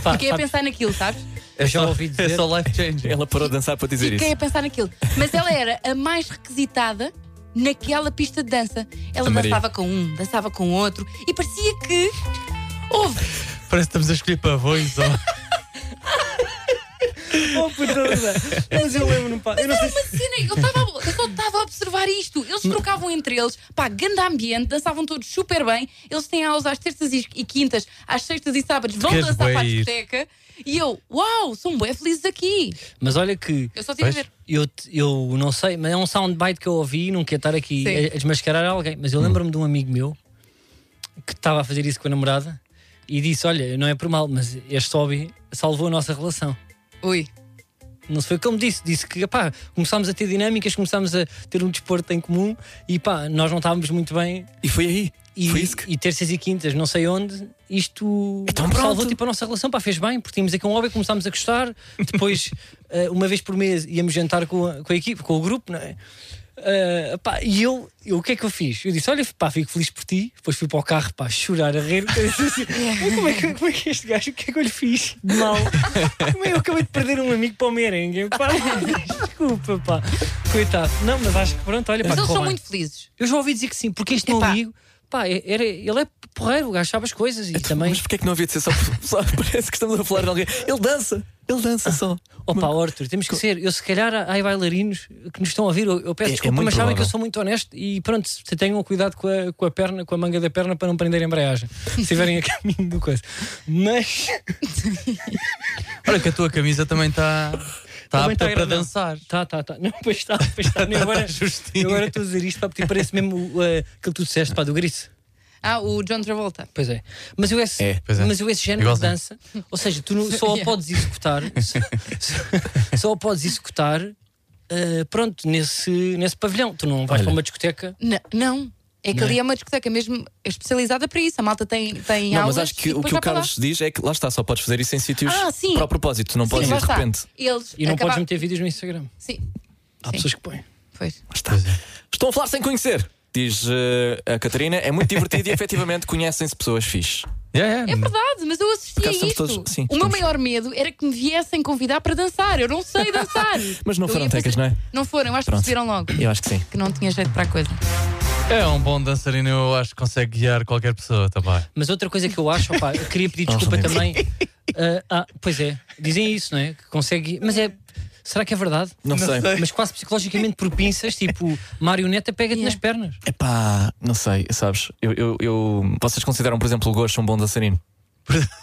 [SPEAKER 3] Pá,
[SPEAKER 4] fiquei a
[SPEAKER 3] sabes,
[SPEAKER 4] pensar naquilo, sabes?
[SPEAKER 6] É
[SPEAKER 3] já
[SPEAKER 6] só-
[SPEAKER 3] ouvi dizer.
[SPEAKER 6] É só life changing.
[SPEAKER 5] Ela parou de dançar para dizer
[SPEAKER 4] Fiquei
[SPEAKER 5] isso.
[SPEAKER 4] a pensar naquilo. Mas ela era a mais requisitada naquela pista de dança. Ela
[SPEAKER 5] A Maria.
[SPEAKER 4] dançava com um, dançava com outro e parecia que. Houve!
[SPEAKER 6] Parece que estamos a escolher pavões. ó.
[SPEAKER 3] oh, puta, mas eu lembro-me, pá. Eu não
[SPEAKER 4] Era
[SPEAKER 3] sei
[SPEAKER 4] uma cena, eu estava a- eu só estava a observar isto. Eles
[SPEAKER 5] Hum.
[SPEAKER 4] trocavam entre eles, pá, grande ambiente, dançavam todos super bem. Eles têm aulas às terças e e quintas, às sextas e sábados, vão
[SPEAKER 6] Queres
[SPEAKER 4] dançar para a
[SPEAKER 6] bué ir.
[SPEAKER 4] discoteca. E eu, uau, são bem felizes aqui.
[SPEAKER 3] Mas olha que.
[SPEAKER 4] Eu só tive a
[SPEAKER 6] Pois.
[SPEAKER 4] ver.
[SPEAKER 3] Eu, te- eu não sei, mas é um soundbite que eu ouvi e não queria estar aqui
[SPEAKER 4] Sim.
[SPEAKER 3] a, a desmascarar alguém. Mas eu lembro-me de um amigo meu que estava a fazer isso com a namorada e disse: Olha, não é por mal, mas este hobby salvou a nossa relação.
[SPEAKER 4] Ui,
[SPEAKER 3] Não se foi como disse, disse que pá, começámos a ter dinâmicas, começámos a ter um desporto em comum e pá, nós não estávamos muito bem.
[SPEAKER 5] E foi aí.
[SPEAKER 3] e,
[SPEAKER 5] Foi isso que-
[SPEAKER 3] e terças e quintas, não sei onde, isto
[SPEAKER 5] Então pronto.
[SPEAKER 3] salvou tipo, a nossa relação, pá, fez bem, porque tínhamos aqui um hobby, começámos a gostar, depois eh, uma vez por mês íamos jantar com a, com a equipe, com o grupo, não é? Eh, pá, e eu, eu, o que é que eu fiz? Eu disse: Olha, pá, fico feliz por ti. Depois fui para o carro, pá, chorar a rir. Eu disse assim, "Mas como, é que, como é que este gajo, o que é que eu lhe fiz de mal? Como é, eu acabei de perder um amigo para o merengue, pá, desculpa, pá, coitado. Não, mas acho que pronto, olha, pá,
[SPEAKER 4] Mas
[SPEAKER 3] correu
[SPEAKER 4] eles são
[SPEAKER 3] bem.
[SPEAKER 4] muito felizes.
[SPEAKER 3] Eu já ouvi dizer que sim, porque este meu
[SPEAKER 4] Epá.
[SPEAKER 3] amigo, pá, é- era, ele é porreiro, o gajo sabe as coisas e também.
[SPEAKER 5] Mas porquê é que não havia de ser só, só- Parece que estamos a falar de alguém. Ele dança, ele dança só.
[SPEAKER 3] Opa, Arthur, temos que ser. Eu, se calhar, há há bailarinos que nos estão a ouvir. Eu, eu peço
[SPEAKER 5] É- é
[SPEAKER 3] desculpa,
[SPEAKER 5] muito
[SPEAKER 3] mas sabem que eu
[SPEAKER 5] provável.
[SPEAKER 3] sou muito honesto e pronto, se- tenham cuidado com a, com a perna, com a manga da perna para não prender a embreagem. Se estiverem a caminho do coisa. Mas
[SPEAKER 6] Olha que a tua camisa também está tá
[SPEAKER 3] Também
[SPEAKER 6] apta
[SPEAKER 3] tá
[SPEAKER 6] para
[SPEAKER 3] grandão.
[SPEAKER 6] dançar.
[SPEAKER 3] tá, tá, tá. Não, pois está, pois está. Eu agora,
[SPEAKER 6] tá justinho.
[SPEAKER 3] eu agora estou a dizer isto, pá, porque parece mesmo uh, aquilo que tu disseste, pá, do grice.
[SPEAKER 4] Ah, o John Travolta.
[SPEAKER 3] Pois é. Mas eu esse,
[SPEAKER 5] É,
[SPEAKER 6] pois é.
[SPEAKER 3] Mas eu esse género de
[SPEAKER 6] Igualzinho.
[SPEAKER 3] dança, ou seja, tu não- só o
[SPEAKER 4] Yeah.
[SPEAKER 3] podes executar, só, só o podes executar, eh, pronto, nesse, nesse pavilhão. Tu não vais
[SPEAKER 5] Olha.
[SPEAKER 3] para uma discoteca.
[SPEAKER 4] N- não. É que
[SPEAKER 3] Não é?
[SPEAKER 4] ali é uma discoteca mesmo especializada para isso. A malta tem, tem
[SPEAKER 5] Não,
[SPEAKER 4] aulas.
[SPEAKER 5] mas acho que
[SPEAKER 4] e
[SPEAKER 5] o
[SPEAKER 4] depois
[SPEAKER 5] que o
[SPEAKER 4] vai para lá.
[SPEAKER 5] Carlos diz é que lá está, só podes fazer isso em sítios
[SPEAKER 4] Ah, sim.
[SPEAKER 5] para o propósito, não podes
[SPEAKER 4] Sim, lá
[SPEAKER 5] ir de
[SPEAKER 4] está.
[SPEAKER 5] repente.
[SPEAKER 4] Eles
[SPEAKER 3] E não
[SPEAKER 4] acaba-
[SPEAKER 3] podes meter vídeos no Instagram.
[SPEAKER 4] Sim,
[SPEAKER 3] Há
[SPEAKER 4] Sim.
[SPEAKER 3] pessoas que põem.
[SPEAKER 4] pois.
[SPEAKER 5] Está.
[SPEAKER 6] é.
[SPEAKER 5] Estão a falar sem conhecer, diz eh, a Catarina. É muito divertido e efetivamente conhecem-se pessoas fixe.
[SPEAKER 6] Yeah,
[SPEAKER 4] É
[SPEAKER 6] yeah.
[SPEAKER 4] verdade, mas eu assisti a
[SPEAKER 5] Uhum. Porque
[SPEAKER 4] isto.
[SPEAKER 5] estamos todos- sim,
[SPEAKER 4] o meu
[SPEAKER 5] estamos-
[SPEAKER 4] maior medo era que me viessem convidar para dançar. Eu não sei dançar.
[SPEAKER 5] Mas não
[SPEAKER 4] Eu
[SPEAKER 5] foram
[SPEAKER 4] ia
[SPEAKER 5] tecas,
[SPEAKER 4] fazer-
[SPEAKER 5] não é?
[SPEAKER 4] Não foram, eu acho
[SPEAKER 5] Pronto.
[SPEAKER 4] que perceberam logo
[SPEAKER 5] Eu acho que sim.
[SPEAKER 4] que não tinha jeito para a coisa.
[SPEAKER 6] É um bom dançarino, eu acho que consegue guiar qualquer pessoa também.
[SPEAKER 3] Mas outra coisa que eu acho, opá, eu queria pedir
[SPEAKER 5] Não,
[SPEAKER 3] desculpa
[SPEAKER 5] não.
[SPEAKER 3] também. eh, ah, pois é, dizem isso, não é? Que consegue. Mas é. Será que é verdade?
[SPEAKER 5] Não, sei.
[SPEAKER 6] sei.
[SPEAKER 3] Mas quase psicologicamente por pinças, tipo, marioneta pega-te
[SPEAKER 4] Yeah.
[SPEAKER 3] nas pernas.
[SPEAKER 5] Epá, não sei, sabes? Eu, eu, eu- Vocês consideram, por exemplo, o Gosto um bom dançarino?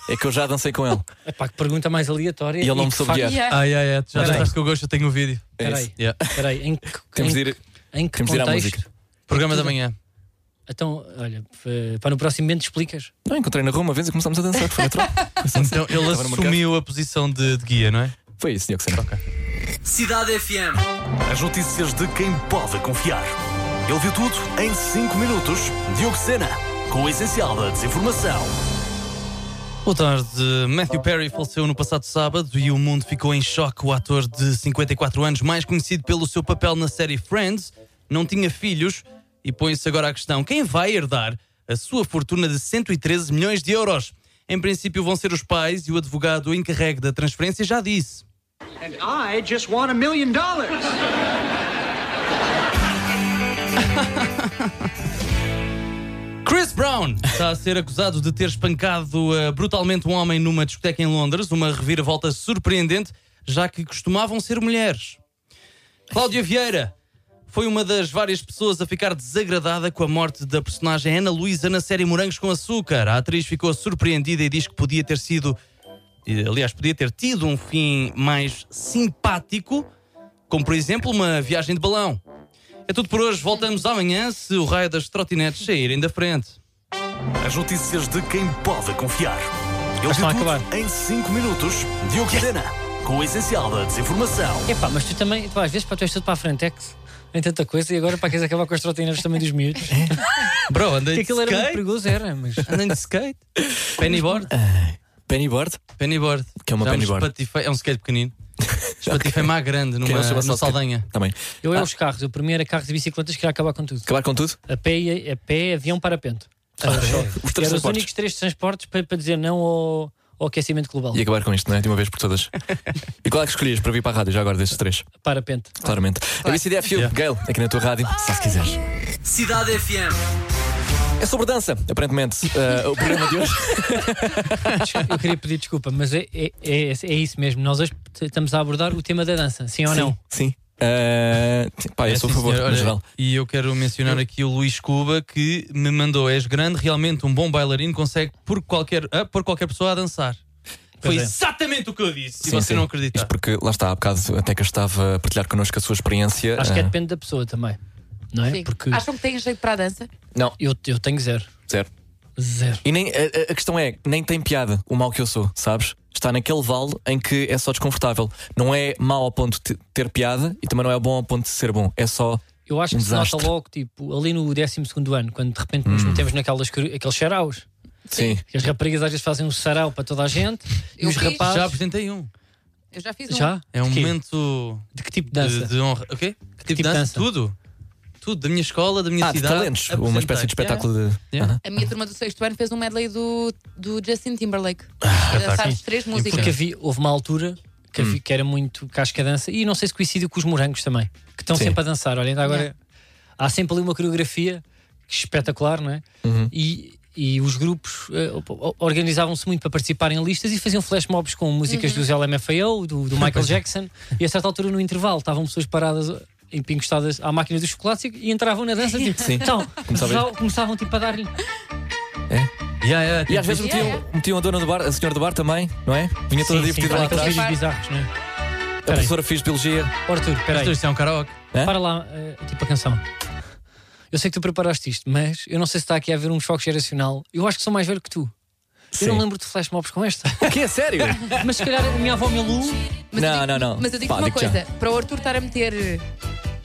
[SPEAKER 5] É que eu já dancei com ele.
[SPEAKER 3] Epá, que pergunta mais aleatória.
[SPEAKER 5] E ele não me
[SPEAKER 3] que
[SPEAKER 5] soube
[SPEAKER 3] faz-
[SPEAKER 5] guiar.
[SPEAKER 4] Yeah.
[SPEAKER 6] Ah, yeah, yeah. Tu já
[SPEAKER 5] Mas
[SPEAKER 6] dançaste com o gosto, eu tenho o vídeo.
[SPEAKER 5] É
[SPEAKER 3] Peraí.
[SPEAKER 5] isso.
[SPEAKER 6] Yeah.
[SPEAKER 3] Peraí, em que,
[SPEAKER 5] Temos
[SPEAKER 3] em
[SPEAKER 5] de ir-
[SPEAKER 3] que- em que
[SPEAKER 5] temos de ir à
[SPEAKER 3] contexto?
[SPEAKER 5] música.
[SPEAKER 6] Programa da
[SPEAKER 3] Tudo.
[SPEAKER 6] manhã.
[SPEAKER 3] Então, olha, eh, para no próximo momento explicas.
[SPEAKER 5] Não, encontrei na rua uma vez e começámos a dançar. Foi natural.
[SPEAKER 6] Então ele
[SPEAKER 5] Estava no mercado.
[SPEAKER 6] assumiu a posição de, de guia, não é?
[SPEAKER 5] Foi isso, Diogo Sena.
[SPEAKER 1] Cidade FM. As notícias de quem pode confiar. Ele viu tudo em 5 minutos. Diogo Sena, com o essencial da desinformação.
[SPEAKER 6] Boa tarde. Matthew Perry faleceu no passado sábado e o mundo ficou em choque. O ator de 54 anos, mais conhecido pelo seu papel na série Friends, não tinha filhos e põe-se agora a questão: quem vai herdar a sua fortuna de 113 milhões de euros? Em princípio, vão ser os pais e o advogado encarregue da transferência já disse.
[SPEAKER 7] And I just want a million dollars.
[SPEAKER 6] Chris Brown está a ser acusado de ter espancado eh, brutalmente um homem numa discoteca em Londres, uma reviravolta surpreendente, já que costumavam ser mulheres. Cláudia Vieira foi uma das várias pessoas a ficar desagradada com a morte da personagem Ana Luísa na série Morangos com Açúcar. A atriz ficou surpreendida e diz que podia ter sido, eh, aliás, podia ter tido um fim mais simpático, como por exemplo uma viagem de balão. É tudo por hoje. Voltamos amanhã se o raio das trotinetes saírem da frente.
[SPEAKER 1] As notícias de quem pode confiar. Ele viu
[SPEAKER 3] estão a
[SPEAKER 1] tudo
[SPEAKER 3] acabar.
[SPEAKER 1] em 5 minutos. Diogo Sena, com o essencial da desinformação.
[SPEAKER 3] Epá, mas tu também, tu às vezes, para tu és tudo para a Frentex, em tanta coisa, e agora para queres acabar com as trotinetas também dos miúdos.
[SPEAKER 5] É,
[SPEAKER 6] Bro, andei
[SPEAKER 3] Porque aquilo
[SPEAKER 6] de
[SPEAKER 3] era muito
[SPEAKER 6] skate.
[SPEAKER 3] perigoso, era, mas.
[SPEAKER 6] Andei de skate. Ah, Pennyboard.
[SPEAKER 5] Pennyboard?
[SPEAKER 6] Pennyboard.
[SPEAKER 5] Que é uma
[SPEAKER 6] Já me
[SPEAKER 5] pennyboard.
[SPEAKER 6] espatifei- É um skate pequenino. Espatifei má grande
[SPEAKER 5] Quem
[SPEAKER 6] numa,
[SPEAKER 5] não chama
[SPEAKER 6] numa
[SPEAKER 5] só skate?
[SPEAKER 6] saldanha.
[SPEAKER 5] Também.
[SPEAKER 3] Eu é os carros, eu primeiro era carros e bicicletas, queria acabar com tudo.
[SPEAKER 5] Acabar com tudo?
[SPEAKER 3] A pé, e- a pé avião, parapente. Era só. Eram
[SPEAKER 5] Os três
[SPEAKER 3] os
[SPEAKER 5] transportes.
[SPEAKER 3] únicos três transportes para, para dizer não ao, ao aquecimento global.
[SPEAKER 5] E acabar com isto, não é? De uma vez por todas. e qual é que escolhias para vir para a rádio já agora destes três?
[SPEAKER 3] Parapente.
[SPEAKER 5] Claramente. A BCDFU,
[SPEAKER 6] Yeah.
[SPEAKER 5] Gale, aqui na tua rádio, só se quiseres.
[SPEAKER 1] Cidade FM.
[SPEAKER 5] É sobre dança, aparentemente. eh, o programa de hoje.
[SPEAKER 3] Eu queria pedir desculpa, mas é, é, é, é isso mesmo. Nós hoje t- estamos a abordar o tema da dança, sim ou não?
[SPEAKER 5] Sim. Eh, pá, eu
[SPEAKER 6] É,
[SPEAKER 5] sou a
[SPEAKER 6] sim,
[SPEAKER 5] favor,
[SPEAKER 6] senhor.
[SPEAKER 5] no
[SPEAKER 6] Olha,
[SPEAKER 5] geral.
[SPEAKER 6] E eu quero mencionar aqui o Luís Cuba que me mandou: és grande, realmente um bom bailarino, consegue pôr qualquer, ah, pôr qualquer pessoa a dançar. Foi
[SPEAKER 3] é.
[SPEAKER 6] exatamente o que eu disse. Se
[SPEAKER 5] Sim,
[SPEAKER 6] você
[SPEAKER 5] sim.
[SPEAKER 6] não
[SPEAKER 5] Isto
[SPEAKER 6] acreditar.
[SPEAKER 5] porque lá está, há bocado até que estava a partilhar connosco a sua experiência.
[SPEAKER 3] Acho que
[SPEAKER 5] eh,
[SPEAKER 3] é depende da pessoa também. Não é?
[SPEAKER 4] Sim.
[SPEAKER 3] Porque
[SPEAKER 4] Acham que têm jeito para a dança?
[SPEAKER 5] Não,
[SPEAKER 3] eu, eu tenho zero.
[SPEAKER 5] zero.
[SPEAKER 3] Zero.
[SPEAKER 5] E nem, a, a- a questão é, nem tem piada o mal que eu sou, sabes? Está naquele vale em que é só desconfortável. Não é mau ao ponto de ter piada e também não é bom ao ponto de ser bom. É só
[SPEAKER 3] Eu acho
[SPEAKER 5] Um
[SPEAKER 3] que se nota
[SPEAKER 5] desastre.
[SPEAKER 3] logo, tipo, ali no 12 ano, quando de repente
[SPEAKER 6] Hum.
[SPEAKER 3] nos metemos naquelas, cru- aqueles saraus,
[SPEAKER 5] Sim.
[SPEAKER 3] que as raparigas às vezes fazem um sarau para toda a gente, e
[SPEAKER 4] Eu
[SPEAKER 3] os
[SPEAKER 4] fiz.
[SPEAKER 3] rapazes.
[SPEAKER 6] Já apresentei um.
[SPEAKER 4] Eu já fiz um.
[SPEAKER 3] Já?
[SPEAKER 6] É um
[SPEAKER 3] De quê?
[SPEAKER 6] momento
[SPEAKER 3] De que tipo de dança?
[SPEAKER 6] de, de honra. O quê? Que tipo de dança?
[SPEAKER 3] dança?
[SPEAKER 6] Tudo. Tudo. Da minha escola, da minha
[SPEAKER 5] Ah, de
[SPEAKER 6] cidade.
[SPEAKER 5] talentos. Uma
[SPEAKER 6] Apresentei.
[SPEAKER 5] espécie de espetáculo de.
[SPEAKER 6] Yeah.
[SPEAKER 5] Aham.
[SPEAKER 4] A minha turma do sexto ano fez um medley do, do Justin Timberlake. Ah, Dançámos três músicas.
[SPEAKER 3] Porque havia, houve uma altura que,
[SPEAKER 5] Hum.
[SPEAKER 3] havia- que era muito casca dança e não sei se coincidiu com os morangos também, que estão
[SPEAKER 5] Sim.
[SPEAKER 3] sempre a dançar. Olha, ainda agora
[SPEAKER 4] Yeah.
[SPEAKER 3] há sempre ali uma coreografia espetacular, não é?
[SPEAKER 5] Uhum.
[SPEAKER 3] E, e os grupos eh, o- o- organizavam-se muito para participar em listas e faziam flash mobs com músicas dos LMFAO, do, do Michael Jackson, e a certa altura no intervalo estavam pessoas paradas. em- Encostadas à máquina dos chocolates e- e entravam na dança tipo,
[SPEAKER 5] Sim.
[SPEAKER 3] então,
[SPEAKER 5] Começava-
[SPEAKER 3] começavam, começavam tipo a dar-lhe
[SPEAKER 6] Yeah, yeah,
[SPEAKER 5] E
[SPEAKER 6] tipo
[SPEAKER 5] às vezes um,
[SPEAKER 6] isso.
[SPEAKER 5] metiam, metiam a dona do bar, a senhora do bar também, não é? Vinha toda
[SPEAKER 3] sim, sim,
[SPEAKER 5] divertida lá
[SPEAKER 3] aqueles
[SPEAKER 5] atrás.
[SPEAKER 3] vídeos bizarros, não é?
[SPEAKER 5] A professora fez biologia.
[SPEAKER 3] Ó, Arthur, peraí.
[SPEAKER 6] Isto é um karaoke.
[SPEAKER 5] Hã?
[SPEAKER 3] Para lá, eh, tipo a canção. Eu sei que tu preparaste isto, mas eu não sei se está aqui a haver um choque geracional. Eu acho que sou mais velho que tu. Eu não lembro de flash mobs com esta.
[SPEAKER 5] O
[SPEAKER 6] é
[SPEAKER 5] quê? Sério?
[SPEAKER 3] mas se calhar a minha avó Milu.
[SPEAKER 4] Mas
[SPEAKER 5] Não,
[SPEAKER 4] eu digo,
[SPEAKER 5] não, não.
[SPEAKER 4] Mas eu digo
[SPEAKER 5] Pá,
[SPEAKER 4] uma
[SPEAKER 5] digo já.
[SPEAKER 4] coisa: para o Arthur estar a meter eh,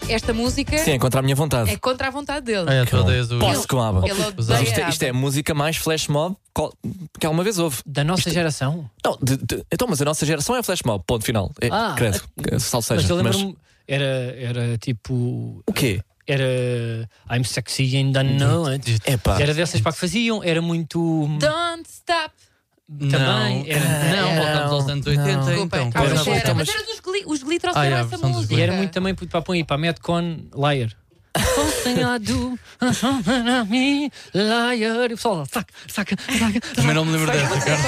[SPEAKER 4] esta música
[SPEAKER 5] Sim, é contra a minha vontade.
[SPEAKER 4] é contra a vontade dele.
[SPEAKER 6] Ah, é, tu
[SPEAKER 5] Cão.
[SPEAKER 6] odeias o.
[SPEAKER 5] Posso com a aba.
[SPEAKER 4] Ele
[SPEAKER 5] Mas
[SPEAKER 4] odeia
[SPEAKER 5] Isto, é- isto é a música mais flash mob qual- que alguma vez houve.
[SPEAKER 3] Da nossa geração.
[SPEAKER 5] Não, de- de- então, mas a nossa geração é flash mob, ponto final. É,
[SPEAKER 3] Ah,
[SPEAKER 5] credo, que- salve
[SPEAKER 3] mas
[SPEAKER 5] seja.
[SPEAKER 3] eu
[SPEAKER 5] Mas,
[SPEAKER 3] lembro-me. Era, era tipo.
[SPEAKER 5] o quê?
[SPEAKER 3] Era. I'm sexy and I know it.
[SPEAKER 5] Epá.
[SPEAKER 3] Era dessas pá que faziam. Era muito.
[SPEAKER 5] um-
[SPEAKER 4] Don't stop.
[SPEAKER 3] Também. Era,
[SPEAKER 6] é Ah, Não, voltamos aos anos 80.
[SPEAKER 4] Desculpa,
[SPEAKER 6] Então,
[SPEAKER 4] calma,
[SPEAKER 5] pois
[SPEAKER 4] mas,
[SPEAKER 5] não,
[SPEAKER 4] era,
[SPEAKER 5] então,
[SPEAKER 4] mas
[SPEAKER 5] mas-
[SPEAKER 4] era dos Glee. Os Glee
[SPEAKER 6] Ah,
[SPEAKER 4] trouxeram
[SPEAKER 6] é, a
[SPEAKER 4] essa
[SPEAKER 6] versão dos
[SPEAKER 4] música.
[SPEAKER 3] E era muito também para pôr aí para Madcon Liar. Something I do, something I me, liar. E o pessoal, saca, saca, saca.
[SPEAKER 6] Também não me lembro dessa, cara.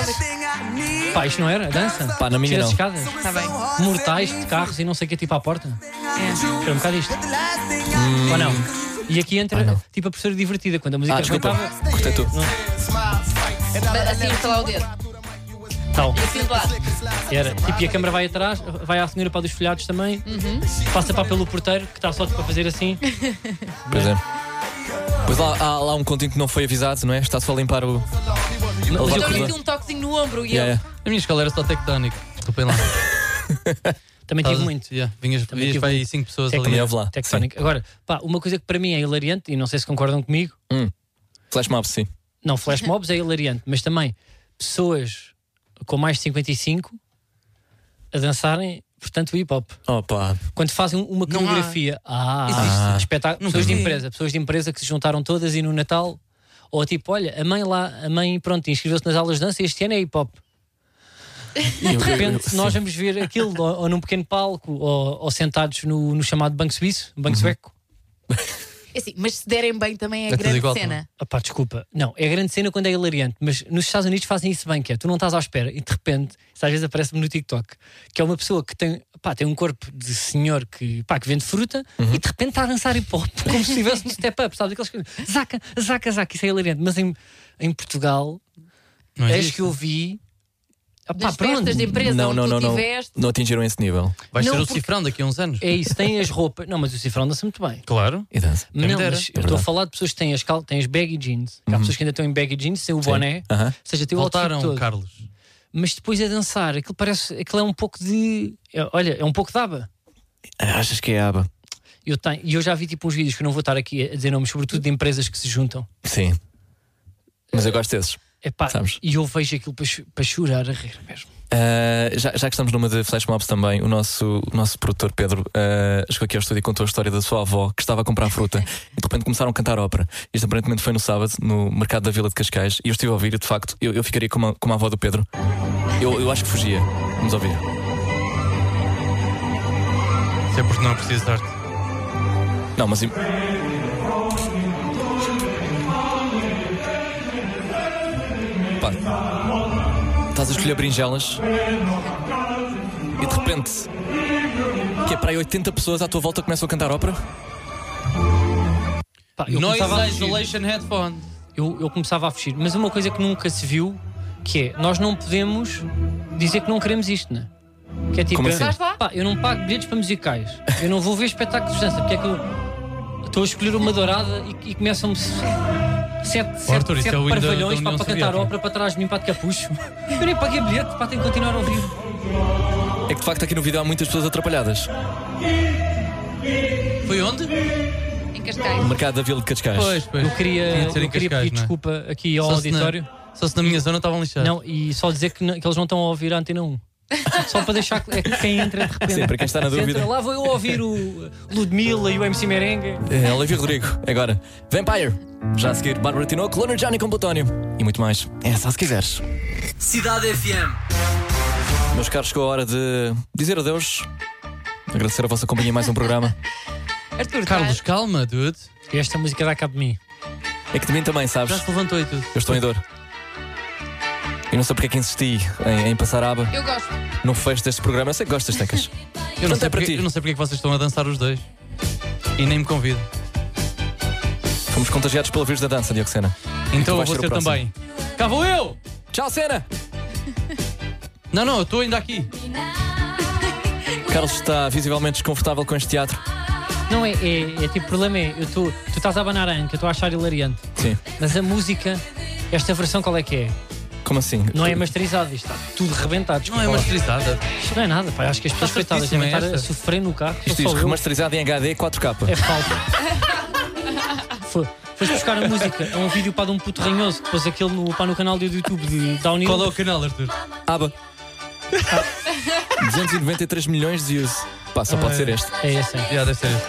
[SPEAKER 3] Pá, isto não era? Dança?
[SPEAKER 5] Pá, na minha
[SPEAKER 3] Tira
[SPEAKER 5] não.
[SPEAKER 3] as escadas,
[SPEAKER 4] Está bem.
[SPEAKER 3] mortais de carros e não sei o que, tipo à porta.
[SPEAKER 5] É.
[SPEAKER 3] Era um bocado isto. Ou não? E aqui entra, tipo, a professora divertida, quando a música
[SPEAKER 5] Hum. Ah, desculpa.
[SPEAKER 3] arrebentava.
[SPEAKER 5] Cortei tu.
[SPEAKER 3] é?
[SPEAKER 4] Mas Assim, estalar o dedo.
[SPEAKER 3] Tal.
[SPEAKER 4] Assim, de lado.
[SPEAKER 3] Era. Tipo, e a câmara vai atrás, vai à senhora para dos folhados também,
[SPEAKER 5] Uhum.
[SPEAKER 3] passa para pelo porteiro, que está só tipo, a fazer assim.
[SPEAKER 5] Pois é. Pois lá, há lá um continho que não foi avisado, não é? Está só a limpar o. a levar
[SPEAKER 4] Mas
[SPEAKER 5] o
[SPEAKER 4] eu
[SPEAKER 5] cruzado.
[SPEAKER 4] lhe um toquezinho no ombro e
[SPEAKER 5] Yeah,
[SPEAKER 4] ele.
[SPEAKER 5] yeah.
[SPEAKER 6] A minha escola era só tectónico. Desculpem lá.
[SPEAKER 3] Também tive muito.
[SPEAKER 6] Yeah, Vinhas
[SPEAKER 3] Também
[SPEAKER 6] vinhas
[SPEAKER 3] tive
[SPEAKER 6] para aí 5 pessoas
[SPEAKER 3] Tectónico.
[SPEAKER 6] ali.
[SPEAKER 5] Também houve Tá. lá. Sim.
[SPEAKER 3] Tectónico. Agora, pá, uma coisa que para mim é hilariante, e não sei se concordam comigo,
[SPEAKER 5] Flash mob, sim.
[SPEAKER 3] não, flash mobs é hilariante, mas também pessoas com mais de 55 a dançarem, portanto, o hip hop.
[SPEAKER 5] Opa.
[SPEAKER 3] Quando fazem um, uma
[SPEAKER 6] Não há.
[SPEAKER 3] coreografia, ah,
[SPEAKER 6] Existe.
[SPEAKER 3] espetáculo,
[SPEAKER 6] Nunca
[SPEAKER 3] pessoas de
[SPEAKER 6] vi.
[SPEAKER 3] empresa, pessoas de empresa que se juntaram todas e no Natal, ou tipo, olha, a mãe lá, a mãe, pronto, inscreveu-se nas aulas de dança e este ano é hip hop.
[SPEAKER 5] Eu-
[SPEAKER 3] De
[SPEAKER 5] eu- eu-
[SPEAKER 3] repente,
[SPEAKER 5] sim.
[SPEAKER 3] nós vamos ver aquilo, ou, ou num pequeno palco, ou, ou sentados no, no chamado Banco Suíço, Banco Sueco.
[SPEAKER 4] É assim, mas se derem bem também é,
[SPEAKER 6] tudo
[SPEAKER 4] grande
[SPEAKER 6] igual,
[SPEAKER 4] cena.
[SPEAKER 3] Ah pá, desculpa. Não, é grande cena quando é hilariante, mas nos Estados Unidos fazem isso bem, que é tu não estás à espera e de repente, isso às vezes aparece-me no TikTok, que é uma pessoa que tem, pá, tem um corpo de senhor que, pá, que vende fruta e de repente está a dançar hip hop, como se estivesse no step up, sabes? Aqueles que. Zaca, zaca, zaca, isso é hilariante. Mas em, em Portugal,
[SPEAKER 6] Não é
[SPEAKER 3] és
[SPEAKER 6] existe.
[SPEAKER 3] é que eu vi. Ah, pá,
[SPEAKER 4] Das festas
[SPEAKER 3] pronto.
[SPEAKER 4] de empresa
[SPEAKER 5] Não,
[SPEAKER 4] onde
[SPEAKER 5] não,
[SPEAKER 4] tu
[SPEAKER 5] não, não.
[SPEAKER 4] tiveste.
[SPEAKER 5] Não atingiram esse nível.
[SPEAKER 6] Vais
[SPEAKER 3] Não,
[SPEAKER 6] ser o
[SPEAKER 3] porque-
[SPEAKER 6] cifrão daqui a uns anos.
[SPEAKER 3] É isso, tem as roupas. Não, mas o cifrão dança muito bem.
[SPEAKER 6] Claro.
[SPEAKER 5] E dança.
[SPEAKER 6] me
[SPEAKER 3] Não,
[SPEAKER 6] dera.
[SPEAKER 3] mas
[SPEAKER 5] É
[SPEAKER 3] eu estou a
[SPEAKER 5] verdade. Uhum.
[SPEAKER 3] falar de pessoas que têm as, cal- têm as baggy jeans. que Há pessoas que ainda estão em baggy jeans, sem o boné.
[SPEAKER 5] Aham.
[SPEAKER 3] Ou seja, tipo tem o outfit
[SPEAKER 6] Voltaram,
[SPEAKER 3] todo.
[SPEAKER 6] Carlos.
[SPEAKER 3] mas depois a dançar, aquilo parece, aquilo é um pouco de. é- Olha, é um pouco de aba.
[SPEAKER 5] Achas que é a aba?
[SPEAKER 3] Eu tenho, e eu já vi tipo uns vídeos que eu não vou estar aqui a dizer nomes, sobretudo de empresas que se juntam.
[SPEAKER 5] Sim. Mas eu gosto desses.
[SPEAKER 3] Epá,
[SPEAKER 5] Sabes?
[SPEAKER 3] e eu vejo aquilo para, chu- para chorar a rir mesmo.
[SPEAKER 5] Ah, já, já que estamos numa de flash mobs também, o nosso, o nosso produtor Pedro ah, chegou aqui ao estúdio e contou a história da sua avó que estava a comprar fruta e de repente começaram a cantar ópera. Isto aparentemente foi no sábado, no mercado da Vila de Cascais, e eu estive a ouvir e de facto eu, eu ficaria como a, como a avó do Pedro. Eu, eu acho que fugia. Vamos ouvir.
[SPEAKER 6] Isso é porque não preciso de arte.
[SPEAKER 5] Não, mas. im- Pá. Estás a escolher brinjelas e de repente. Que é para aí 80 pessoas à tua volta começam a cantar ópera?
[SPEAKER 3] Pá, eu, começava a
[SPEAKER 6] Noise
[SPEAKER 3] fugir,
[SPEAKER 6] Isolation Headphone.
[SPEAKER 3] eu, eu começava a fugir, mas uma coisa que nunca se viu que é nós não podemos dizer que não queremos isto, né? Que é tipo,
[SPEAKER 5] Como assim?
[SPEAKER 3] eu,
[SPEAKER 4] Estás lá?
[SPEAKER 3] pá, eu não pago bilhetes para musicais, eu não vou ver espetáculos de dança, porque é que eu estou a escolher uma dourada e, e começam-me se- sete, sete,
[SPEAKER 6] Arthur, isso
[SPEAKER 3] sete
[SPEAKER 6] é o hino da-
[SPEAKER 3] parvalhões
[SPEAKER 6] da
[SPEAKER 3] pá,
[SPEAKER 6] União
[SPEAKER 3] para cantar
[SPEAKER 6] Soviética.
[SPEAKER 3] ópera para trás de mim, para de capucho. Eu nem paguei bilhete, pá, tenho que continuar a ouvir.
[SPEAKER 5] É que de facto aqui no vídeo há muitas pessoas atrapalhadas.
[SPEAKER 6] Foi onde?
[SPEAKER 4] de Cascais.
[SPEAKER 5] Mercado da Vila de Cascais.
[SPEAKER 6] Pois, pois.
[SPEAKER 3] Eu queria,
[SPEAKER 6] Tinha de ser em
[SPEAKER 3] eu queria
[SPEAKER 6] Cascais,
[SPEAKER 3] pedir
[SPEAKER 6] não é?
[SPEAKER 3] desculpa aqui ao
[SPEAKER 6] Só se na-
[SPEAKER 3] auditório.
[SPEAKER 6] Só se na minha zona estavam lixados.
[SPEAKER 3] Não, e só dizer que, não- que eles não estão a ouvir a Antena 1. Só para deixar que- é que quem entra de repente.
[SPEAKER 5] Sim, para quem
[SPEAKER 6] Tá
[SPEAKER 5] está na
[SPEAKER 3] Entra,
[SPEAKER 5] dúvida.
[SPEAKER 3] lá vou eu ouvir o Ludmilla e o MC Merengue.
[SPEAKER 5] É, Olivia Rodrigo, agora. Vampire. Já a seguir, Bárbara Tinoco, Leonard Johnny com Plutónio. E muito mais. É só se quiseres.
[SPEAKER 1] Cidade FM.
[SPEAKER 5] Meus caros, chegou a hora de dizer adeus. Agradecer a vossa companhia em mais um programa.
[SPEAKER 4] Arthur,
[SPEAKER 6] Carlos,
[SPEAKER 4] tá?
[SPEAKER 6] calma, dude.
[SPEAKER 3] Esta música dá cabo de mim.
[SPEAKER 5] É que de mim também,
[SPEAKER 6] Já
[SPEAKER 5] sabes?
[SPEAKER 6] se levantou e tudo.
[SPEAKER 5] Eu estou em dor. E não sei porque é que insisti em, em passar a aba
[SPEAKER 4] eu gosto.
[SPEAKER 5] no fecho deste programa. Eu sei que gostas, Tecas.
[SPEAKER 6] Eu não,
[SPEAKER 5] Portanto,
[SPEAKER 6] sei
[SPEAKER 5] é para
[SPEAKER 6] porque,
[SPEAKER 5] ti.
[SPEAKER 6] eu não sei porque é que vocês estão a dançar os dois. E nem me convido.
[SPEAKER 5] Fomos contagiados pelo vírus da dança, Dioxena.
[SPEAKER 6] Então eu
[SPEAKER 5] vais
[SPEAKER 6] vou
[SPEAKER 5] ser o
[SPEAKER 6] ser
[SPEAKER 5] próximo.
[SPEAKER 6] também. Cá vou eu!
[SPEAKER 5] Tchau, Cena!
[SPEAKER 6] Não, não, eu estou ainda aqui.
[SPEAKER 5] Carlos está visivelmente desconfortável com este teatro.
[SPEAKER 3] Não é, é, é tipo, o problema é, eu tô, tu estás a abanar a anca, eu estou a achar hilariante.
[SPEAKER 5] Sim.
[SPEAKER 3] Mas a música, esta versão qual é que é?
[SPEAKER 5] Como assim?
[SPEAKER 3] Não é masterizada, isto está tudo rebentado.
[SPEAKER 6] Não
[SPEAKER 3] desculpa
[SPEAKER 6] é
[SPEAKER 3] lá.
[SPEAKER 6] masterizada.
[SPEAKER 3] Isto não é nada, pá. Acho que as pessoas
[SPEAKER 6] Está
[SPEAKER 3] coitadas devem
[SPEAKER 6] certíssima
[SPEAKER 3] estar a
[SPEAKER 6] esta.
[SPEAKER 3] sofrer no carro.
[SPEAKER 5] Isto
[SPEAKER 3] sou
[SPEAKER 5] diz
[SPEAKER 3] só eu.
[SPEAKER 5] remasterizado em HD 4K.
[SPEAKER 3] É falta. Fo- Foste buscar a música a um vídeo para de um puto ranhoso que pôs aquele no, pá, no canal do YouTube de Downhill.
[SPEAKER 6] Qual é o canal, Arthur?
[SPEAKER 5] Aba. 293 milhões de views. Pá, só pode ser este.
[SPEAKER 3] É esse, é.
[SPEAKER 6] Já, deve ser este.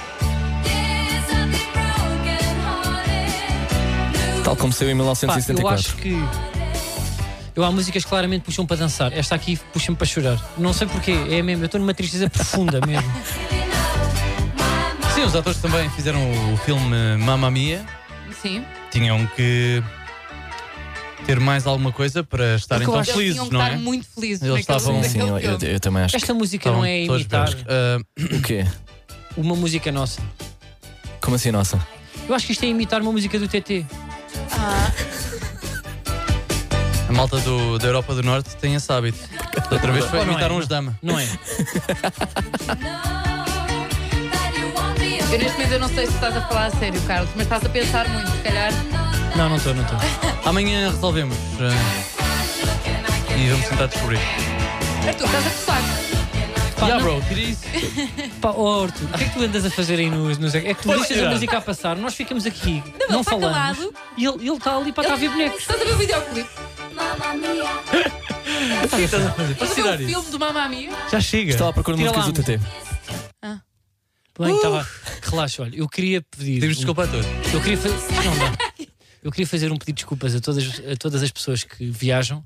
[SPEAKER 5] Tal como saiu em
[SPEAKER 3] Pá, eu acho
[SPEAKER 5] 1974.
[SPEAKER 3] que. Eu há músicas que claramente puxam para dançar. Esta aqui puxa-me para chorar. Não sei porquê, é mesmo. Eu estou numa tristeza profunda mesmo.
[SPEAKER 6] Sim, os atores também fizeram o filme Mamma Mia.
[SPEAKER 4] Sim.
[SPEAKER 6] Tá Tinham que ter mais alguma coisa para estarem
[SPEAKER 3] Porque eu
[SPEAKER 6] tão
[SPEAKER 3] acho que
[SPEAKER 6] felizes,
[SPEAKER 4] Eles tinham que
[SPEAKER 6] não
[SPEAKER 4] estar
[SPEAKER 6] é?
[SPEAKER 4] muito felizes.
[SPEAKER 6] Eles
[SPEAKER 4] naquele-
[SPEAKER 6] estavam-
[SPEAKER 5] Sim,
[SPEAKER 4] naquele
[SPEAKER 5] eu, eu-
[SPEAKER 4] filme.
[SPEAKER 5] eu também acho.
[SPEAKER 3] Esta música
[SPEAKER 6] Estavam
[SPEAKER 3] não é
[SPEAKER 6] todos
[SPEAKER 3] imitar
[SPEAKER 6] bêbados. Ah,
[SPEAKER 5] O quê?
[SPEAKER 3] uma música nossa.
[SPEAKER 5] Como assim, nossa?
[SPEAKER 3] Eu acho que isto é imitar uma música do TT.
[SPEAKER 6] a malta do, da Europa do Norte tem esse hábito. Da outra vez foi
[SPEAKER 3] Ou não é?
[SPEAKER 6] imitaram os Dama.
[SPEAKER 3] Não é?
[SPEAKER 4] Eu neste momento eu não sei se estás a falar a sério, Carlos, mas estás a pensar muito, se calhar.
[SPEAKER 3] Não, não estou, não estou.
[SPEAKER 6] Amanhã resolvemos. ah, e vamos tentar descobrir.
[SPEAKER 4] Arthur, estás a gostar.
[SPEAKER 3] Pá,
[SPEAKER 6] yeah,
[SPEAKER 3] não-
[SPEAKER 6] bro, tira isso.
[SPEAKER 3] Pá, oh, Arthur, o que é que tu andas a fazer aí nos. nos... É que tu
[SPEAKER 6] Pode
[SPEAKER 3] deixas
[SPEAKER 6] tirar.
[SPEAKER 3] a música a passar, nós ficamos aqui, não,
[SPEAKER 4] ele está
[SPEAKER 3] falamos.
[SPEAKER 4] calado.
[SPEAKER 3] E ele ele está ali para estar a ver bonecos.
[SPEAKER 4] Estás a ver o videoclipe?
[SPEAKER 6] O que estás a fazer? Podes
[SPEAKER 4] Estás a
[SPEAKER 6] tirar
[SPEAKER 4] ver o
[SPEAKER 6] isso?
[SPEAKER 4] filme do Mamma Mia?
[SPEAKER 6] Já chega.
[SPEAKER 5] Estou Tá à procura de
[SPEAKER 6] Tira
[SPEAKER 5] músicas
[SPEAKER 6] lá
[SPEAKER 5] do TT.
[SPEAKER 3] Bem, estava. Relaxa, olha, eu queria pedir.
[SPEAKER 6] Pedimos
[SPEAKER 3] um-
[SPEAKER 6] desculpa a todos.
[SPEAKER 3] Eu queria fazer. Não dá. Eu queria fazer um pedido de desculpas a todas, a todas as pessoas que viajam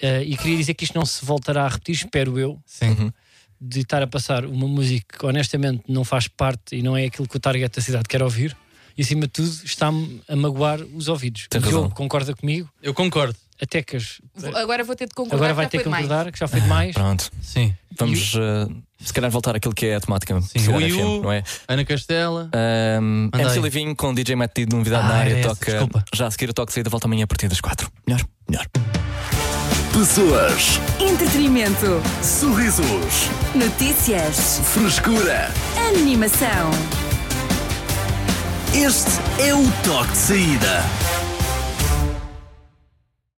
[SPEAKER 3] eh, e queria dizer que isto não se voltará a repetir, espero eu,
[SPEAKER 6] Sim.
[SPEAKER 5] Uhum.
[SPEAKER 3] de estar a passar uma música que honestamente não faz parte e não é aquilo que o target da cidade quer ouvir. E acima de tudo, está-me a magoar os ouvidos.
[SPEAKER 5] Tens
[SPEAKER 3] o
[SPEAKER 5] razão.
[SPEAKER 3] Diogo concorda comigo,
[SPEAKER 6] Eu concordo.
[SPEAKER 3] a Tecas
[SPEAKER 4] Vou- Agora vou ter de concordar.
[SPEAKER 3] agora vai
[SPEAKER 4] já
[SPEAKER 3] ter
[SPEAKER 4] foi
[SPEAKER 3] que
[SPEAKER 4] demais.
[SPEAKER 3] concordar, que já foi demais.
[SPEAKER 5] Pronto.
[SPEAKER 6] Sim.
[SPEAKER 5] Vamos, eh, se calhar, voltar àquilo que é a temática.
[SPEAKER 6] Sim,
[SPEAKER 5] Cidade
[SPEAKER 6] o
[SPEAKER 5] FM,
[SPEAKER 6] Iu.
[SPEAKER 5] não é?
[SPEAKER 6] Ana Castela.
[SPEAKER 5] Um,
[SPEAKER 6] Manda
[SPEAKER 5] MC
[SPEAKER 6] aí.
[SPEAKER 5] Livinho com DJ Matt Tido, novidade
[SPEAKER 6] Ah,
[SPEAKER 5] na área.
[SPEAKER 6] era essa,
[SPEAKER 5] toca
[SPEAKER 6] desculpa.
[SPEAKER 5] já a seguir o toque de saída, volta amanhã a partir das 4. Melhor, melhor.
[SPEAKER 1] Pessoas,
[SPEAKER 2] Entretenimento.
[SPEAKER 1] sorrisos,
[SPEAKER 2] Notícias.
[SPEAKER 1] frescura.
[SPEAKER 2] Animação.
[SPEAKER 1] Este é o toque de saída.